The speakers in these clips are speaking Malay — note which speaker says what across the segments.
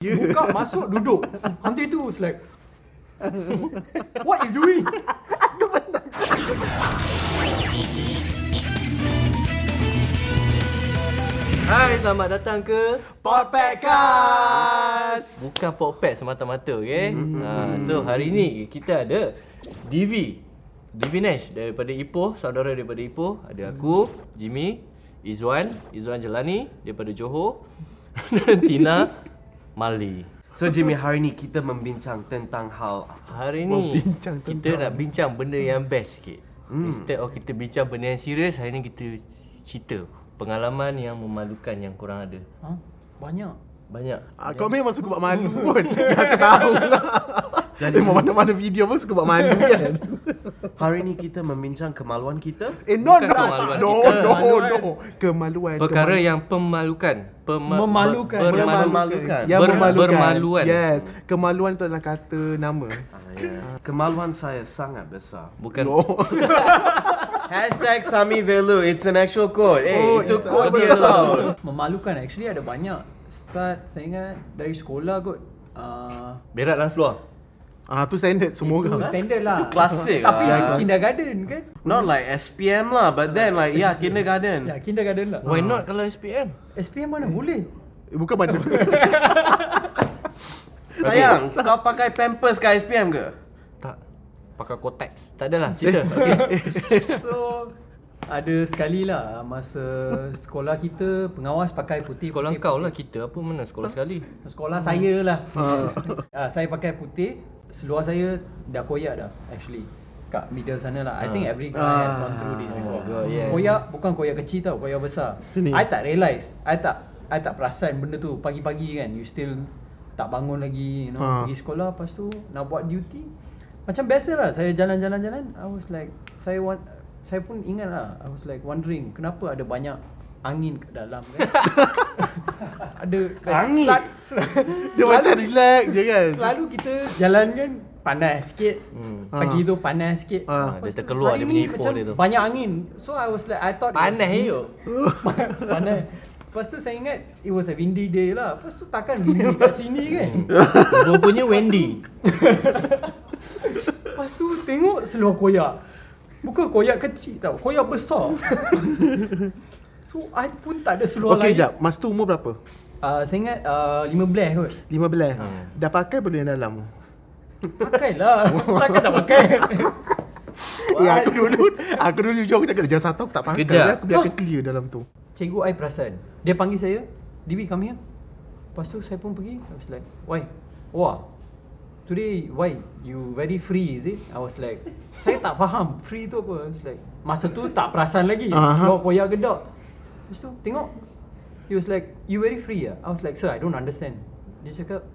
Speaker 1: Yeah. Buka, masuk, duduk. Hantu itu was like, what you doing?
Speaker 2: Hai, selamat datang ke
Speaker 1: Podcast!
Speaker 2: Bukan Pokpet semata-mata, okay? Ha, so, hari ni kita ada Divi Divi Nash daripada Ipoh, saudara daripada Ipoh Ada aku, Jimmy, Izwan, Izwan Jelani daripada Johor Dan Tina Mali
Speaker 3: So Jimmy, hari ni kita membincang tentang hal
Speaker 2: Hari ni bincang kita nak bincang benda yang best sikit Instead of kita bincang benda yang serius, hari ni kita cerita Pengalaman yang memalukan yang korang ada
Speaker 1: Huh? Banyak.
Speaker 2: Banyak
Speaker 4: Ah, kau memang suka buat malu pun. aku tahu lah. Jadi mau mana-mana video pun suka buat malu kan.
Speaker 3: Hari ni kita membincang kemaluan kita
Speaker 4: Eh no
Speaker 2: Bukan
Speaker 4: no.
Speaker 3: lah,
Speaker 2: kemaluan
Speaker 4: no,
Speaker 2: kita.
Speaker 4: Oh, no no kemaluan.
Speaker 2: Perkara yang pemalukan. Pema-
Speaker 1: Memalukan.
Speaker 2: Ber-
Speaker 3: yang
Speaker 2: bermalu-
Speaker 3: memalukan.
Speaker 4: kemaluan. yang
Speaker 2: ber-
Speaker 4: memalukan.
Speaker 2: bermaluan.
Speaker 4: Yes, kemaluan itu adalah kata nama.
Speaker 3: Ah, yeah. Kemaluan saya sangat besar.
Speaker 2: Bukan.
Speaker 4: No.
Speaker 3: Hashtag Sami Velu, it's an actual quote. Eh,
Speaker 4: Oh,
Speaker 3: itu
Speaker 4: it's
Speaker 3: quote
Speaker 4: a-
Speaker 3: dia tau.
Speaker 1: Memalukan actually ada banyak. Start saya ingat dari sekolah kot. Uh,
Speaker 2: Berat lah, dalam seluar.
Speaker 4: Ah tu standard semua
Speaker 1: itu
Speaker 4: orang.
Speaker 1: standard lah.
Speaker 3: Itu klasik
Speaker 1: Tapi
Speaker 3: lah.
Speaker 1: kindergarten kan?
Speaker 3: Not like SPM lah, but then like, yeah,
Speaker 1: Ya,
Speaker 3: kindergarten.
Speaker 1: kindergarten lah.
Speaker 2: Why not kalau SPM?
Speaker 1: SPM mana boleh?
Speaker 4: Eh, Bukan pada
Speaker 3: Sayang, kau pakai pampers ke SPM ke?
Speaker 2: Tak. Pakai kotex. Tak adalah. Cerita. Okay.
Speaker 1: So ada sekali lah masa sekolah kita pengawas pakai putih
Speaker 2: Sekolah
Speaker 1: putih,
Speaker 2: kau lah kita. Apa mana sekolah sekali?
Speaker 1: Sekolah saya lah. Ah, saya pakai putih, seluar saya dah koyak dah actually. Kat middle sana lah. I think every guy has gone through this before.
Speaker 2: God, yes.
Speaker 1: Koyak bukan koyak kecil tau, koyak besar.
Speaker 4: Sini.
Speaker 1: I tak realise. I tak I tak perasan benda tu. Pagi-pagi kan you still tak bangun lagi, you know.
Speaker 4: Ah.
Speaker 1: Pergi sekolah lepas tu nak buat duty. Macam biasa lah saya jalan-jalan-jalan. I was like saya want saya pun ingat lah I was like wondering Kenapa ada banyak angin kat dalam kan Ada like,
Speaker 3: Angin?
Speaker 4: dia macam relax je kan.
Speaker 1: Selalu kita jalan kan panas sikit.
Speaker 2: Hmm.
Speaker 1: Pagi
Speaker 4: Ah.
Speaker 1: tu panas sikit.
Speaker 4: Ah.
Speaker 1: Lepas
Speaker 2: Dia
Speaker 1: tu,
Speaker 2: terkeluar
Speaker 1: hari
Speaker 2: dia
Speaker 1: ni
Speaker 2: punya hippo
Speaker 1: macam
Speaker 2: dia tu.
Speaker 1: Banyak angin. So I was like I thought it was
Speaker 2: Panas
Speaker 1: wind-
Speaker 2: yuk.
Speaker 1: panas. Lepas tu saya ingat it was a windy day lah. Lepas tu takkan windy kat sini kan.
Speaker 2: Hmm. Rupanya Wendy.
Speaker 1: Lepas tu tengok seluar koyak. Bukan koyak kecil tau. Koyak besar. so I pun tak ada seluar
Speaker 4: Okey
Speaker 1: lain.
Speaker 4: jap, masa tu umur berapa?
Speaker 1: Uh, saya ingat uh, 15 kot.
Speaker 4: 15.
Speaker 2: Hmm.
Speaker 4: Dah pakai belum yang dalam?
Speaker 1: Pakailah. lah. Takkan tak pakai.
Speaker 4: Eh aku dulu aku dulu jujur aku cakap jam satu aku tak pakai.
Speaker 2: Kejap.
Speaker 4: Aku biarkan clear dalam tu.
Speaker 1: Cikgu I perasan Dia panggil saya Divi come here Lepas tu saya pun pergi I was like Why? Wah Today why? You very free is it? I was like Saya tak faham Free tu apa? I was like Masa tu tak perasan lagi
Speaker 4: Aha.
Speaker 1: Slow koyak gedak Lepas tu tengok He was like You very free ah? I was like Sir I don't understand Dia cakap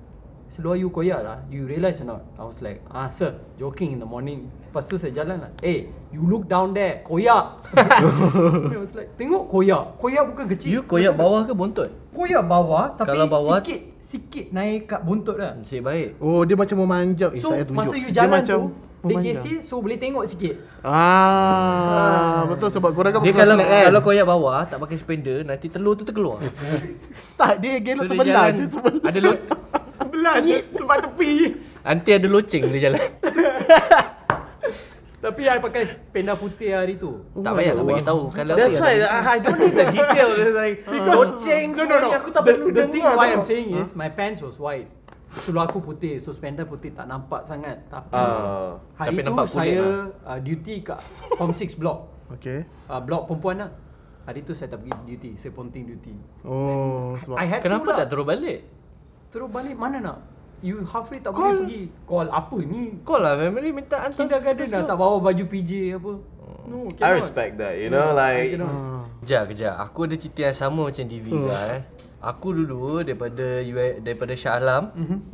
Speaker 1: Seluar you koyak lah You realise or not? I was like Ah sir Joking in the morning Lepas tu saya jalan lah Eh you look down there Koyak I was like Tengok koyak Koyak bukan kecil
Speaker 2: You koyak
Speaker 1: Macam-
Speaker 2: bawah ke buntut?
Speaker 1: Koyak bawah tapi
Speaker 2: Kalau bawah-
Speaker 1: sikit sikit naik kat buntut lah.
Speaker 2: Nasib baik.
Speaker 4: Oh dia macam memanjang. Eh,
Speaker 1: So
Speaker 4: tak payah tunjuk.
Speaker 1: masa you jalan
Speaker 4: dia macam
Speaker 1: tu dia
Speaker 4: memanjang.
Speaker 1: gesek so boleh tengok sikit.
Speaker 4: Ah, betul sebab korang kan
Speaker 2: Dia
Speaker 4: pakai
Speaker 2: kalau
Speaker 4: slack kan?
Speaker 2: kalau koyak bawah tak pakai spender nanti telur tu terkeluar.
Speaker 4: tak dia gelok
Speaker 2: So, dia
Speaker 4: sebelah
Speaker 2: jalan,
Speaker 4: je sebelah.
Speaker 2: Ada lo
Speaker 4: sebelah ni sebab tepi.
Speaker 2: nanti ada loceng dia jalan.
Speaker 1: Tapi I pakai penda putih hari tu.
Speaker 2: tak payahlah bagi tahu kalau
Speaker 3: That's
Speaker 2: koyak
Speaker 3: why I I don't need the detail. It's like, goceng semua ni aku tak perlu
Speaker 1: the, the thing
Speaker 3: dengar.
Speaker 1: why I'm
Speaker 3: tau.
Speaker 1: saying is my pants was white. Seluar aku putih so spender putih tak nampak sangat tapi
Speaker 3: Ah.
Speaker 1: hari
Speaker 2: Tapi
Speaker 1: tu
Speaker 2: nampak kulit
Speaker 1: saya uh, duty kat form 6 block.
Speaker 4: Okey.
Speaker 1: Uh, block perempuan lah. Hari tu saya tak pergi duty, saya ponting duty.
Speaker 4: Oh, sebab
Speaker 1: I had to
Speaker 2: Kenapa
Speaker 1: lah.
Speaker 2: tak terus balik?
Speaker 1: Terus balik mana nak? You halfway tak boleh pergi Call apa ni?
Speaker 2: Kau lah family minta hantar
Speaker 1: Kindergarten dah tak bawa baju PJ apa No,
Speaker 3: I
Speaker 1: cannot.
Speaker 3: respect that, you know,
Speaker 1: I
Speaker 3: like,
Speaker 1: cannot.
Speaker 4: Ah.
Speaker 2: Kejap, kejap. Aku ada cerita yang sama macam DV lah eh. Aku dulu daripada UI, daripada Shah Alam,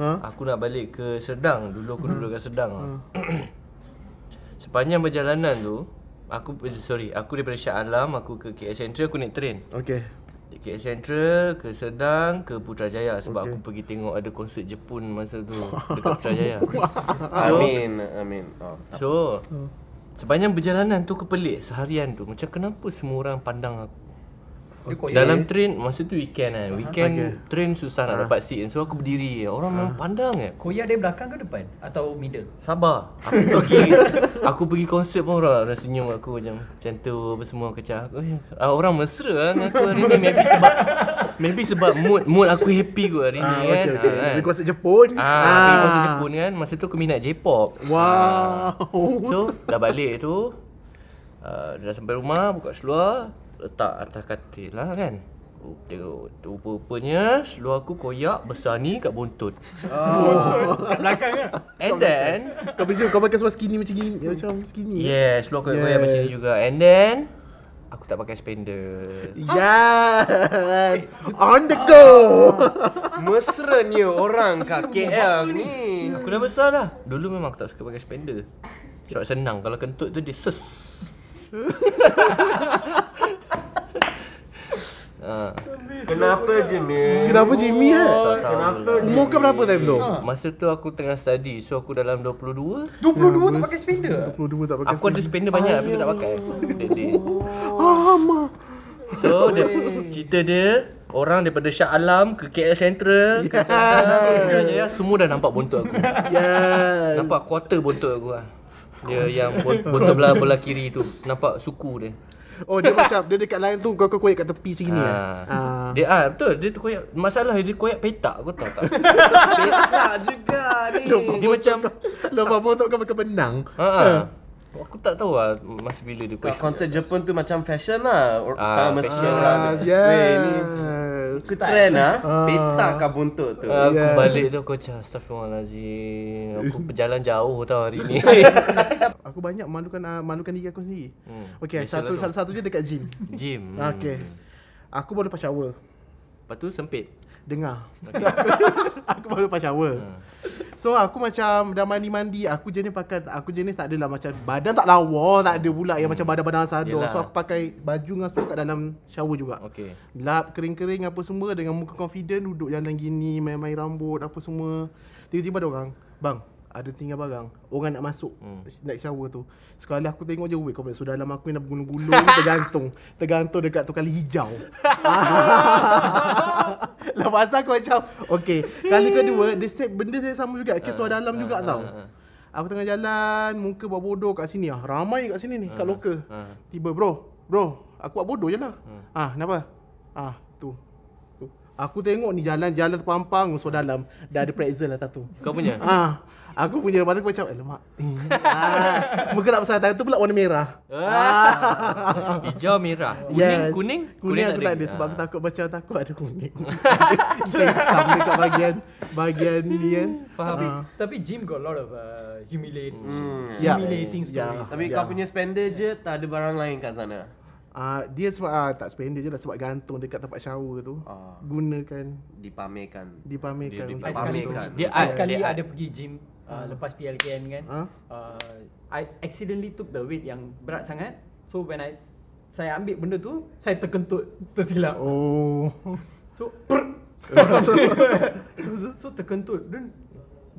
Speaker 4: Ha?
Speaker 2: aku nak balik ke Serdang. Dulu aku duduk kat Serdang. lah. Sepanjang perjalanan tu, aku eh, sorry, aku daripada Shah Alam aku ke KL Central aku naik train.
Speaker 4: Okey.
Speaker 2: Dari KL Central ke Serdang ke Putrajaya sebab aku pergi tengok ada konsert Jepun masa tu dekat Putrajaya.
Speaker 3: I mean, I mean, oh.
Speaker 2: So
Speaker 4: Hmm.
Speaker 2: Sepanjang perjalanan tu kepelik seharian tu Macam kenapa semua orang pandang aku
Speaker 1: Dia koyak.
Speaker 2: Dalam train Masa tu weekend kan Weekend
Speaker 4: ya, Okay. Ha.
Speaker 2: train susah nak dapat seat kan, So aku berdiri Orang memang pandang kan
Speaker 1: Koyak dia belakang ke depan? Atau middle?
Speaker 2: Sabar Aku pergi Aku pergi konsert pun orang Orang senyum aku macam Macam tu apa semua kecah aku eh, ah, Orang mesra lah dengan aku hari ni Maybe sebab Maybe sebab mood Mood aku happy kot hari ni
Speaker 4: Ah,
Speaker 2: kan
Speaker 4: okay, okay.
Speaker 2: Ah,
Speaker 4: Lebih
Speaker 2: kan.
Speaker 4: kuasa Jepun.
Speaker 2: Ah, pergi konsert Jepun kan Masa tu aku minat J-pop
Speaker 4: Wow.
Speaker 2: Ah. So dah balik tu uh, Dah sampai rumah Buka seluar Letak atas katil lah kan Oh, Tengok Rupa-rupanya Seluar aku koyak Besar ni kat buntut
Speaker 3: Ah. Kat belakang ke?
Speaker 2: And then
Speaker 4: Kau mesti kau pakai seluar skinny macam gini, macam skinny.
Speaker 2: Yes Seluar koyak-koyak
Speaker 4: Yes.
Speaker 2: macam ni juga And then Aku tak pakai spender
Speaker 4: Yes. Ya. On the go.
Speaker 3: Mesranya orang kat KL ni.
Speaker 2: Aku dah besar dah Dulu memang aku tak suka pakai spender Sebab senang Kalau kentut tu dia ses Ah,
Speaker 3: Kenapa je ni?
Speaker 4: Kenapa Jimmy eh?
Speaker 2: tak tahu
Speaker 3: Oh, Kenapa
Speaker 2: pula.
Speaker 3: je?
Speaker 4: Umur kau berapa time tu?
Speaker 2: Masa tu aku tengah study So aku dalam 22
Speaker 1: 22 tak pakai spender?
Speaker 4: 22 tak pakai.
Speaker 2: Aku ada spender banyak tapi aku tak pakai That day
Speaker 4: Ah, ma.
Speaker 2: So dia, cerita dia Orang daripada Shah Alam ke KL Central Ke Selatan ke Jaya Semua dah nampak bontot aku
Speaker 4: Yes.
Speaker 2: Nampak quarter bontot aku lah Dia yang bon- bontot belah belah kiri tu Nampak suku dia
Speaker 4: Oh dia macam dia dekat line tu kau kau koyak kat tepi macam gini eh.
Speaker 2: Ah.
Speaker 4: Ah.
Speaker 2: Dia ah betul dia tu koyak masalah dia koyak petak kau tahu tak?
Speaker 3: Tak juga ni.
Speaker 2: dia macam
Speaker 4: Lepas bontot kau pakai benang.
Speaker 2: ha ah. Aku tak tahu lah masa bila dia
Speaker 3: Kat
Speaker 2: koyak.
Speaker 3: konsert Jepun tu macam fashion lah. Or-
Speaker 2: Ah,
Speaker 3: Sama
Speaker 2: fashion.
Speaker 3: mesra lah.
Speaker 4: Yes.
Speaker 3: Weh, ni
Speaker 4: yes.
Speaker 3: Ikut trend lah. Peta kat buntut tu.
Speaker 2: Aku
Speaker 4: Yeah.
Speaker 2: balik tu aku cakap Astaghfirullahalazim Aku berjalan jauh tau hari ni
Speaker 4: Aku banyak malukan uh, malukan diri aku sendiri.
Speaker 2: Hmm.
Speaker 4: Okay,
Speaker 2: Biasalah
Speaker 4: satu,
Speaker 2: tu. Hmm.
Speaker 4: satu satu je dekat gym.
Speaker 2: Gym
Speaker 4: Okay. Aku baru lepas shower.
Speaker 2: Lepas tu sempit
Speaker 4: Dengar. aku baru lepas shower. So aku macam dah mandi-mandi, aku jenis pakai aku jenis tak adalah macam badan tak lawa, tak ada pula yang macam badan-badan sador.
Speaker 2: Yelah.
Speaker 4: So aku pakai baju ngasuh kat dalam shower juga.
Speaker 2: Okay
Speaker 4: Lap kering-kering apa semua dengan muka confident duduk jalan gini main-main rambut apa semua. Tiba-tiba ada orang, bang, ada tinggal barang. Orang nak masuk hmm. nak shower tu. Sekali aku tengok je weh kau sudah dalam aku ni dah bergulung-gulung tergantung. Tergantung dekat tu kali hijau. Lepas tu aku macam Okay Kali kedua Dia set benda saya sama juga
Speaker 2: Ah,
Speaker 4: Kes suara dalam juga tau Aku tengah jalan Muka buat bodoh kat sini ah. Ramai kat sini ni Kat loka
Speaker 2: ah.
Speaker 4: Tiba bro Bro Aku buat bodoh je lah Ah kenapa Ah tu Tu. Aku tengok ni jalan-jalan terpampang Suara dalam Dah ada pretzel atas tu
Speaker 2: Kau punya?
Speaker 4: Ah, aku punya lepas tu aku macam Alamak ah, Muka tak besar Tangan tu pula warna merah
Speaker 2: Ah. Hijau merah Kuning
Speaker 4: Yes.
Speaker 2: kuning
Speaker 4: kuning Ah. aku tak ada sebab aku takut macam takut ada kuning. Saya hitam dekat bahagian bahagian ni kan.
Speaker 2: Faham.
Speaker 4: Ah.
Speaker 1: Tapi Jim got a lot of uh, humiliate,
Speaker 4: Yeah.
Speaker 1: humiliating
Speaker 4: Yeah.
Speaker 1: stories.
Speaker 3: Tapi kau punya spender je tak ada barang lain kat sana.
Speaker 4: Ah, dia sebab ah, tak spender je lah sebab gantung dekat tempat shower tu.
Speaker 3: Ah.
Speaker 4: Gunakan
Speaker 3: Dipamerkan.
Speaker 4: dipamerkan
Speaker 2: Dia
Speaker 4: untuk
Speaker 1: I sekali,
Speaker 3: Pamerkan.
Speaker 1: dia
Speaker 2: Dia
Speaker 1: I
Speaker 2: art,
Speaker 1: sekali
Speaker 2: dia art.
Speaker 1: ada pergi gym uh, lepas PLKN kan.
Speaker 4: Ah. Huh?
Speaker 1: Uh, I accidentally took the weight yang berat sangat. So when I saya ambil benda tu, saya terkentut tersilap.
Speaker 4: Oh.
Speaker 1: So per So terkentut Then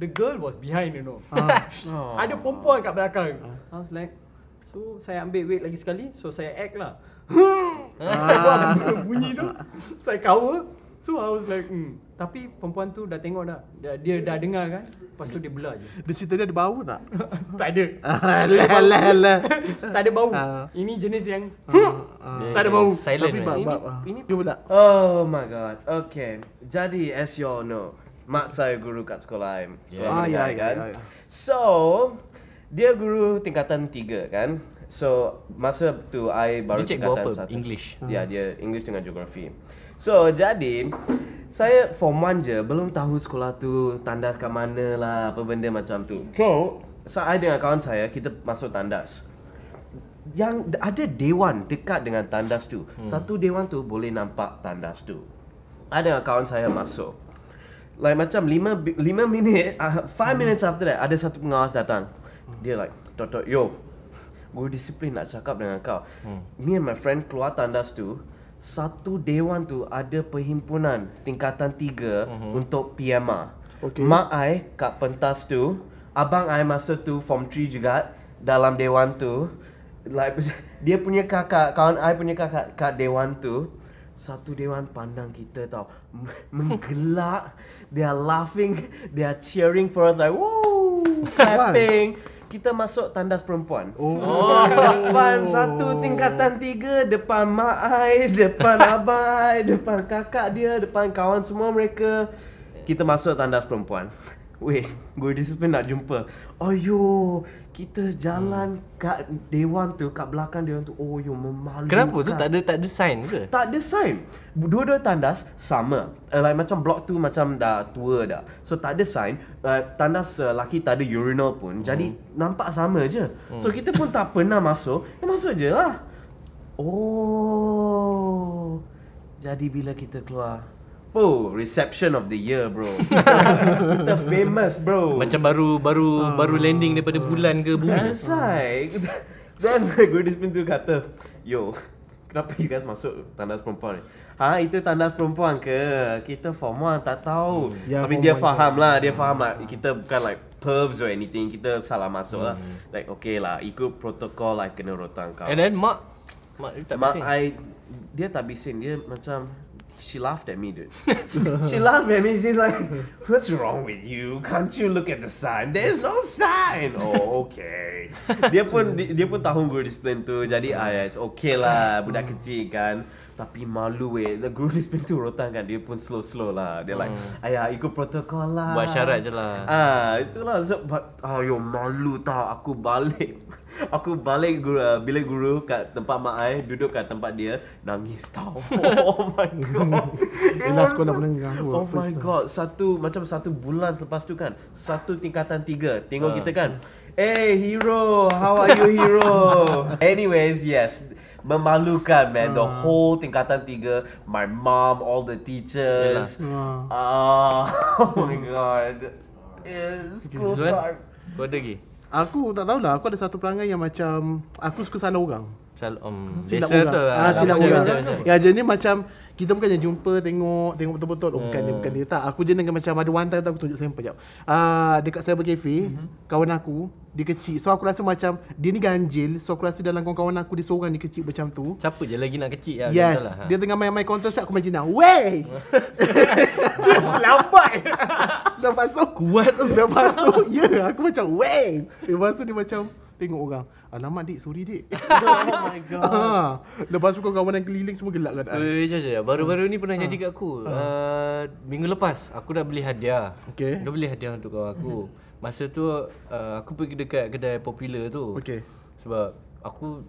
Speaker 1: The girl was behind you know
Speaker 4: Ah.
Speaker 3: Oh.
Speaker 1: Ada perempuan kat belakang I was like So saya ambil weight lagi sekali So saya act lah Saya buat bunyi tu Saya cover So I was like hmm. Tapi perempuan tu dah tengok dah Dia, dia dah dengar kan Lepas tu dia belah je
Speaker 4: Dia cerita dia ada bau tak? Ah,
Speaker 1: Tak ada
Speaker 4: Alah alah alah.
Speaker 1: Tak ada bau
Speaker 4: Ah.
Speaker 1: Ini jenis yang
Speaker 2: Dia
Speaker 1: Tak ada bau.
Speaker 2: Silent
Speaker 4: Tapi
Speaker 2: eh.
Speaker 4: bab bab. Ini
Speaker 3: ini-
Speaker 4: dia pula.
Speaker 3: Oh my god. Okay. Jadi as you all know, mak saya guru kat sekolah I. Sekolah
Speaker 4: Yeah. Ah,
Speaker 3: menengah
Speaker 4: ya, ya,
Speaker 3: kan.
Speaker 4: ya, ya.
Speaker 3: So, dia guru tingkatan 3 kan. So, masa tu I baru
Speaker 2: Dia cikgu
Speaker 3: tingkatan
Speaker 2: apa?
Speaker 3: satu.
Speaker 2: English?
Speaker 3: Ya, dia English dengan geografi. So, jadi saya form 1 je belum tahu sekolah tu tandas kat mana lah apa benda macam tu. So, saya dengan kawan saya kita masuk tandas yang d- ada dewan dekat dengan tandas tu. Hmm. Satu dewan tu boleh nampak tandas tu. Ada kawan saya masuk. Like macam 5 5 minit 5 uh, minutes after that ada satu pengawas datang. Dia like, "Toto, yo. Guru disiplin nak cakap dengan kau. Hmm. Me and my friend keluar tandas tu, satu dewan tu ada perhimpunan tingkatan 3 mm-hmm. untuk PMR.
Speaker 4: Okay.
Speaker 3: Mak I kat pentas tu, abang I masa tu form 3 juga dalam dewan tu. Like dia punya kakak, kawan I punya kakak kat dewan tu. Satu dewan pandang kita tau M- Menggelak They are laughing They are cheering for us like Woo Clapping Kita masuk tandas perempuan Oh, depan satu tingkatan tiga, depan mak ai, depan abai, depan kakak dia, depan kawan semua mereka. Kita masuk tandas perempuan. Weh, gue disiplin nak jumpa. Ayo, kita jalan
Speaker 2: Hmm.
Speaker 3: kat dewan tu, kat belakang dewan tu. Oh, yo
Speaker 2: Ah.
Speaker 3: memalukan.
Speaker 2: Kenapa tu tak ada tak ada sign ke?
Speaker 3: Tak ada sign. Dua-dua tandas sama. Uh, like, macam blok tu macam dah tua dah. So tak ada sign. Uh, tandas uh, laki tak ada urinal pun. Jadi nampak sama je. So kita pun tak pernah masuk. Ya, masuk je lah. Oh. Jadi bila kita keluar. Oh, reception of the year bro. kita famous
Speaker 4: Oh.
Speaker 3: bro.
Speaker 2: Macam baru baru
Speaker 4: Ah.
Speaker 2: baru landing daripada bulan ke bumi.
Speaker 3: That's right. Then the good discipline tu kata, yo, kenapa you guys masuk tandas perempuan ni? Ha, itu tandas perempuan ke? Kita form 1 tak tahu. Hmm.
Speaker 4: Ya,
Speaker 3: Tapi
Speaker 4: form
Speaker 3: dia
Speaker 4: one
Speaker 3: faham lah,
Speaker 2: Hmm.
Speaker 3: dia faham lah. Kita bukan like pervs or anything, kita salah masuk lah.
Speaker 2: Hmm.
Speaker 3: Like okay lah, ikut protokol lah kena rotang kau.
Speaker 2: And then mak mak dia tak
Speaker 3: Mak
Speaker 2: pusing.
Speaker 3: I dia tak bising, dia macam she laughed at me dude. she laughed at me. She's like, "What's wrong with you? Can't you look at the sign? There's no sign." Oh, okay. dia pun di- dia pun tahu guru disiplin tu. Jadi I it's okay lah budak kecil kan. Tapi malu weh. The guru disiplin tu rotan kan. Dia pun slow-slow lah. Dia like, "Ayah, ikut protokol lah."
Speaker 2: Hmm. Buat syarat je lah.
Speaker 3: Ah, itulah so, but, oh, yo, malu tau aku balik. Aku balik guru, uh, bila guru kat tempat mak ai, duduk kat tempat dia, nangis tau. Oh my god. It
Speaker 4: Yelah,
Speaker 3: was
Speaker 4: sekolah
Speaker 3: so-
Speaker 4: menengah tu,
Speaker 3: Oh
Speaker 4: first
Speaker 3: my
Speaker 4: time.
Speaker 3: god, satu macam satu bulan selepas tu kan, satu tingkatan tiga. Tengok kita kan. Hey hero, how are you hero? Anyways, yes. Memalukan man, the whole tingkatan tiga, my mom, all the teachers. Ah,
Speaker 4: Ah.
Speaker 3: oh my god. Eh, School
Speaker 2: Zuan, kan?
Speaker 3: time.
Speaker 2: kau ada lagi?
Speaker 4: Aku tak tahulah, aku ada satu perangai yang macam aku suka salah orang.
Speaker 2: Sal um,
Speaker 4: Silap
Speaker 2: biasa
Speaker 4: orang.
Speaker 2: tu.
Speaker 4: Ah, silap
Speaker 2: biasa,
Speaker 4: orang.
Speaker 2: biasa, biasa.
Speaker 4: Ya, jadi macam kita bukannya jumpa tengok tengok betul-betul. Oh, bukan dia, bukan dia tak. Aku je dengan macam ada one time tu aku tunjuk sample jap. Ah, dekat cyber cafe,
Speaker 2: Mhm.
Speaker 4: kawan aku, dia kecil. So aku rasa macam dia ni ganjil. So aku rasa dalam kawan-kawan aku dia seorang dia kecil macam tu.
Speaker 2: Siapa je lagi nak kecil lah.
Speaker 4: Yes,
Speaker 2: macam tu lah.
Speaker 4: dia tengah main-main counter strike aku main jenang. Wey! Lambat! Lepas tu kuat tu. Lepas tu, ya yeah, aku macam wey! Lepas tu dia macam tengok orang. Alamak dik, sorry dik.
Speaker 3: Oh my god.
Speaker 4: Ah, lepas tu kawan-kawan yang keliling semua gelak kan? keadaan.
Speaker 2: Wait, wait, jap, jap. Baru-baru ni
Speaker 4: Ah.
Speaker 2: pernah jadi kat aku. Uh, minggu lepas, aku dah beli hadiah.
Speaker 4: Okey.
Speaker 2: Dah beli hadiah untuk kawan aku. Masa tu, uh, aku pergi dekat kedai popular tu.
Speaker 4: Okey.
Speaker 2: Sebab aku,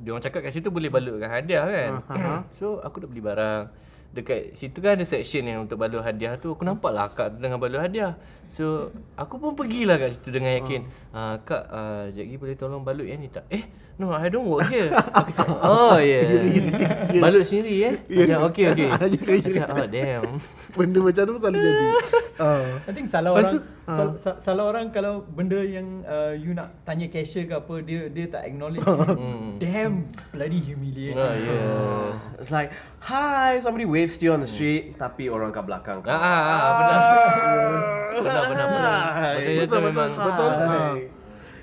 Speaker 2: dia orang cakap kat situ boleh balutkan hadiah kan.
Speaker 4: Aha.
Speaker 2: so, aku dah beli barang. Dekat situ kan ada section yang untuk balut hadiah tu. Aku nampak lah akak tu dengan balut hadiah. So, aku pun pergilah kat situ dengan yakin. Ah, kak, uh, sekejap lagi boleh tolong balut yang ni tak? Eh, no, I don't work here. aku cakap, oh yeah. Balut sendiri eh? Macam, okay, okay. Macam, oh damn.
Speaker 4: Benda macam tu selalu jadi. Ah.
Speaker 1: I think salah
Speaker 2: Lepas ah.
Speaker 1: orang sal- sal- salah orang kalau benda yang uh, you nak tanya cashier ke apa dia dia tak acknowledge.
Speaker 2: Hmm.
Speaker 1: Damn bloody humiliating.
Speaker 2: Oh yeah.
Speaker 3: It's like, hi, somebody waves to you on the street, tapi orang kat belakang kau.
Speaker 2: Ah, ah, ah, benar. Benar, benar, benar.
Speaker 3: Hai.
Speaker 2: Benda dia tu memang Hmm.
Speaker 4: Betul? Ah.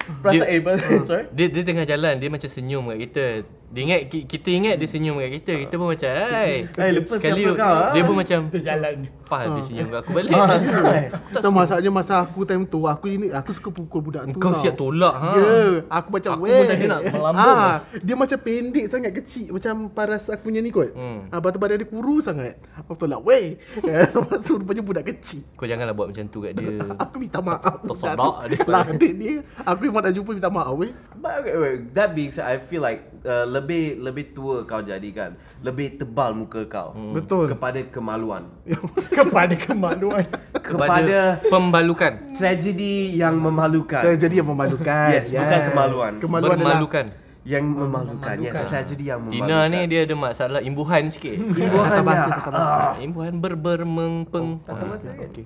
Speaker 3: Perasa,
Speaker 2: Dia-
Speaker 3: eh, ber- sorry.
Speaker 2: Dia, dia tengah jalan, dia macam senyum kat kita. Dia ingat, ki- kita ingat dia senyum kat kita. Kita pun macam, hai.
Speaker 3: Eh, lepas
Speaker 2: Sekali
Speaker 3: siapa kau, ah?"
Speaker 2: dia pun macam,
Speaker 1: Kita jalan.
Speaker 2: pah dia senyum kat aku balik.
Speaker 3: Ah, that's right.
Speaker 4: Tak masalahnya masa aku time tu, aku ini aku suka pukul budak tu.
Speaker 2: Kau
Speaker 4: tau.
Speaker 3: Ah.
Speaker 2: siap tolak ha.
Speaker 4: Ya, yeah, aku macam
Speaker 2: Aku
Speaker 4: "Weh."
Speaker 2: pun dah nak melambung. lah.
Speaker 4: Ah, dia macam pendek sangat kecil macam paras aku punya ni kot.
Speaker 2: Hmm.
Speaker 4: Ah, batu badan dia kuru sangat. Aku tolak, "Weh." Eh, Lepas tu rupanya budak kecil.
Speaker 2: Kau janganlah buat macam tu kat dia.
Speaker 4: Aku minta maaf.
Speaker 2: tersodak
Speaker 4: Budak
Speaker 2: Hmm. dia. Hmm.
Speaker 4: tu Lantik dia. Aku memang nak jumpa minta maaf weh.
Speaker 3: But okay, wait, that being said, I feel like uh, lebih lebih tua kau jadi kan, lebih tebal muka kau.
Speaker 2: Hmm.
Speaker 4: Betul.
Speaker 3: Kepada kemaluan.
Speaker 1: Kepada kemaluan.
Speaker 3: Kepada
Speaker 2: pembalukan.
Speaker 3: tragedi yang memalukan.
Speaker 4: Terjadi yang memalukan.
Speaker 3: Yes, bukan kemaluan.
Speaker 4: Kemaluan adalah
Speaker 2: Bermalukan.
Speaker 3: yang memalukan. Yes, tragedi yang memalukan.
Speaker 2: Tina ni dia ada masalah imbuhan sikit.
Speaker 3: Ibu
Speaker 4: Tata bahasa,
Speaker 3: hanya-
Speaker 4: tata bahasa.
Speaker 2: imbuhan
Speaker 3: Oh,
Speaker 2: berbermengpeng. Ah.
Speaker 4: Okey.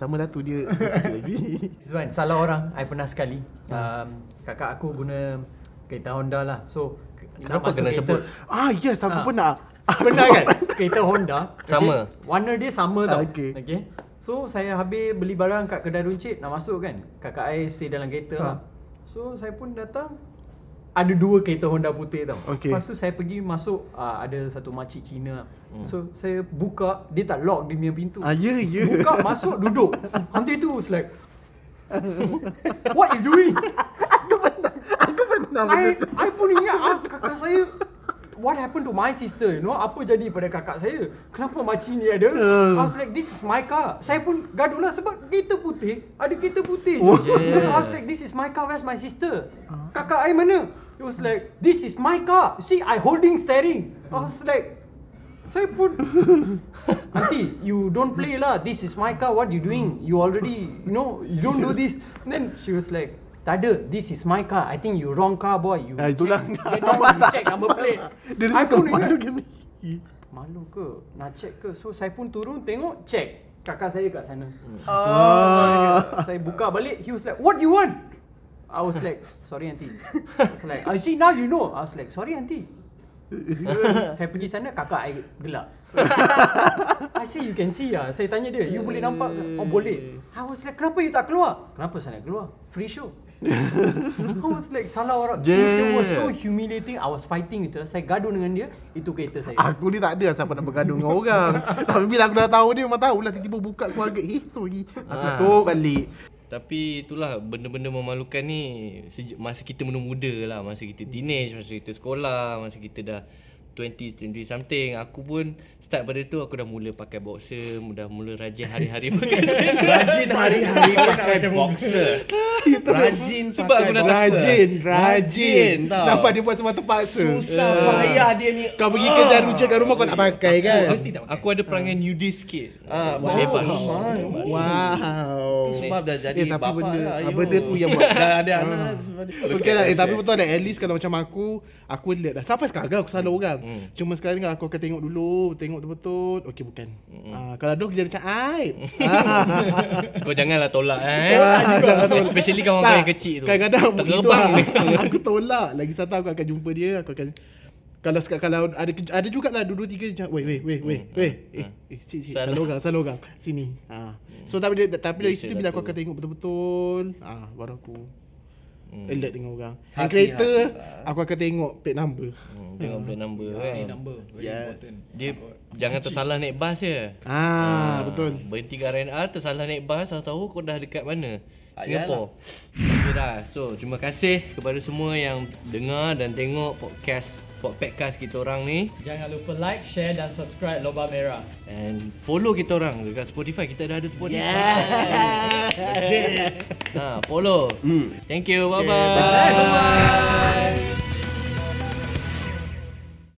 Speaker 4: Sama lah tu dia sikit lagi.
Speaker 1: Zuan, salah orang. I pernah sekali.
Speaker 2: Ah.
Speaker 1: Um, kakak aku guna kereta Honda lah. So ke- nak
Speaker 2: Kenapa
Speaker 1: masuk
Speaker 2: kena
Speaker 1: kereta-
Speaker 2: sebut?
Speaker 4: Ah yes, aku
Speaker 1: Ah.
Speaker 4: pernah. Aku
Speaker 1: Pernah kan? Kereta Honda.
Speaker 2: Sama.
Speaker 1: Okay. Warna dia sama tau.
Speaker 4: Okey.
Speaker 1: okay. So saya habis beli barang
Speaker 4: Ah.
Speaker 1: kat kedai runcit nak masuk kan. Kakak saya stay dalam kereta
Speaker 4: Ha.
Speaker 1: lah. So saya pun datang. ada dua kereta Honda putih tau.
Speaker 4: Okay.
Speaker 1: Lepas tu saya pergi masuk uh, ada satu makcik Cina. Hmm. So saya buka, dia tak lock dia punya pintu.
Speaker 4: Ah, ya, ya.
Speaker 1: Buka, masuk, duduk. Hantu itu was like What you doing?
Speaker 4: Aku pernah Aku pernah
Speaker 1: I
Speaker 4: benda tu.
Speaker 1: I pun ingat ah, kakak saya What happened to my sister? You know, apa jadi pada kakak saya? Kenapa makcik ni ada?
Speaker 4: Uh.
Speaker 1: I was like, this is my car. Saya pun gaduh lah sebab kereta putih. Ada kereta putih je.
Speaker 4: Oh.
Speaker 1: Yeah. I was like, this is my car. Where's my sister? Kakak I mana? It was like, this is my car. See, I holding steering. I was like, saya pun Auntie, you don't play lah. This is my car. What you doing? You already, you know, you don't do this. Then she was like, tak ada. This is my car. I think you wrong car, boy. You
Speaker 4: Ah, itulah.
Speaker 1: check, get down, you check number plate.
Speaker 4: Dia
Speaker 1: I
Speaker 4: rasa
Speaker 1: pun
Speaker 4: malu
Speaker 1: ingat,
Speaker 4: kena
Speaker 1: malu ke? Nak check ke? So, saya pun turun tengok, check. Kakak saya kat sana.
Speaker 4: Ah.
Speaker 1: Saya buka balik. He was like, what you want? I was like, sorry auntie. I was like, I see now you know. I was like, sorry auntie. saya pergi sana, kakak I gelap. I say you can see lah. Saya tanya dia, you boleh nampak ke? Oh boleh. I was like, kenapa you tak keluar? Kenapa saya nak keluar? Free show. I was like, salah orang. Yeah. It was so humiliating. I was fighting with her. Saya gaduh dengan dia. Itu kereta saya.
Speaker 4: Aku ni tak ada asal apa nak bergaduh dengan orang Tapi bila aku dah tahu dia memang tahulah Tiba-tiba buka keluarga Eh sorry Aku
Speaker 2: Ah.
Speaker 4: tutup balik
Speaker 2: Tapi itulah benda-benda memalukan ni sejak masa kita muda-muda lah, masa kita teenage, masa kita sekolah, masa kita dah 20, 20 something. Aku pun start pada tu aku dah mula pakai boxer, dah mula rajin hari-hari pakai.
Speaker 3: Rajin hari-hari pakai boxer. Rajin
Speaker 2: Sebab
Speaker 3: pakai
Speaker 2: aku dah tak
Speaker 3: boxer.
Speaker 4: Kan? Rajin Rajin
Speaker 3: tau.
Speaker 4: Nampak dia buat semua terpaksa
Speaker 3: Susah payah ya, dia ni.
Speaker 4: Kau pergi kerja rujuk kat rumah kau tak pakai kan
Speaker 2: Pasti tak pakai. Aku ada perangai nudist sikit.
Speaker 3: Ah,
Speaker 2: Wow. Bebas.
Speaker 3: Itu
Speaker 4: Wow
Speaker 3: sebab dah jadi lah,
Speaker 4: eh, tapi
Speaker 3: bapa
Speaker 4: benda,
Speaker 3: dah,
Speaker 4: ah,
Speaker 3: you.
Speaker 4: Benda tu yang buat
Speaker 3: Dah ada anak
Speaker 2: Ah.
Speaker 3: sebenarnya.
Speaker 4: Okay lah, eh, tapi betul lah at least kalau macam aku Aku alert lah, sampai sekarang aku salah orang
Speaker 3: Hmm.
Speaker 4: Cuma sekarang aku akan tengok dulu, tengok betul-betul Okay bukan
Speaker 3: Hmm.
Speaker 4: Ah, Kalau ada aku jadi macam aib
Speaker 2: Kau janganlah tolak eh.
Speaker 4: Ah, jangan tolak.
Speaker 2: Especially kawan-kawan yang kecil tu.
Speaker 4: Kadang-kadang begitu
Speaker 2: Terbang
Speaker 4: lah.
Speaker 2: ni.
Speaker 4: Aku tolak Lagi satu aku akan jumpa dia Aku akan kalau seka- kalau ada ke- ada jugalah dua dua tiga je. Weh weh weh weh weh. Eh eh
Speaker 2: Hmm,
Speaker 4: cik cik
Speaker 2: Salah.
Speaker 4: salah orang salah orang. Sini. Ha. So tapi dia, tapi dari
Speaker 2: Biasalah
Speaker 4: situ bila aku
Speaker 2: lah tu.
Speaker 4: akan tengok betul-betul ah baru aku
Speaker 2: Hmm.
Speaker 4: alert dengan orang. Yang
Speaker 3: Hati-hati
Speaker 4: kereta aku akan tengok plate number.
Speaker 2: Hmm, Tengok plate number
Speaker 5: Ni
Speaker 4: Ah.
Speaker 2: kan.
Speaker 5: number very
Speaker 4: Yes.
Speaker 5: important.
Speaker 2: Dia jangan tersalah naik bas je.
Speaker 4: Ah betul.
Speaker 2: Berhenti kat RNR tersalah naik bas tak tahu kau dah dekat mana. Singapore. Okay dah. So, terima kasih kepada semua yang dengar dan tengok podcast podcast kita orang ni
Speaker 5: Jangan lupa like, share dan subscribe Loba Merah.
Speaker 2: and follow kita orang dekat Spotify kita dah ada Spotify. Ah, Ha,
Speaker 4: Hmm.
Speaker 2: follow. Thank you. Bye-bye. bye bye.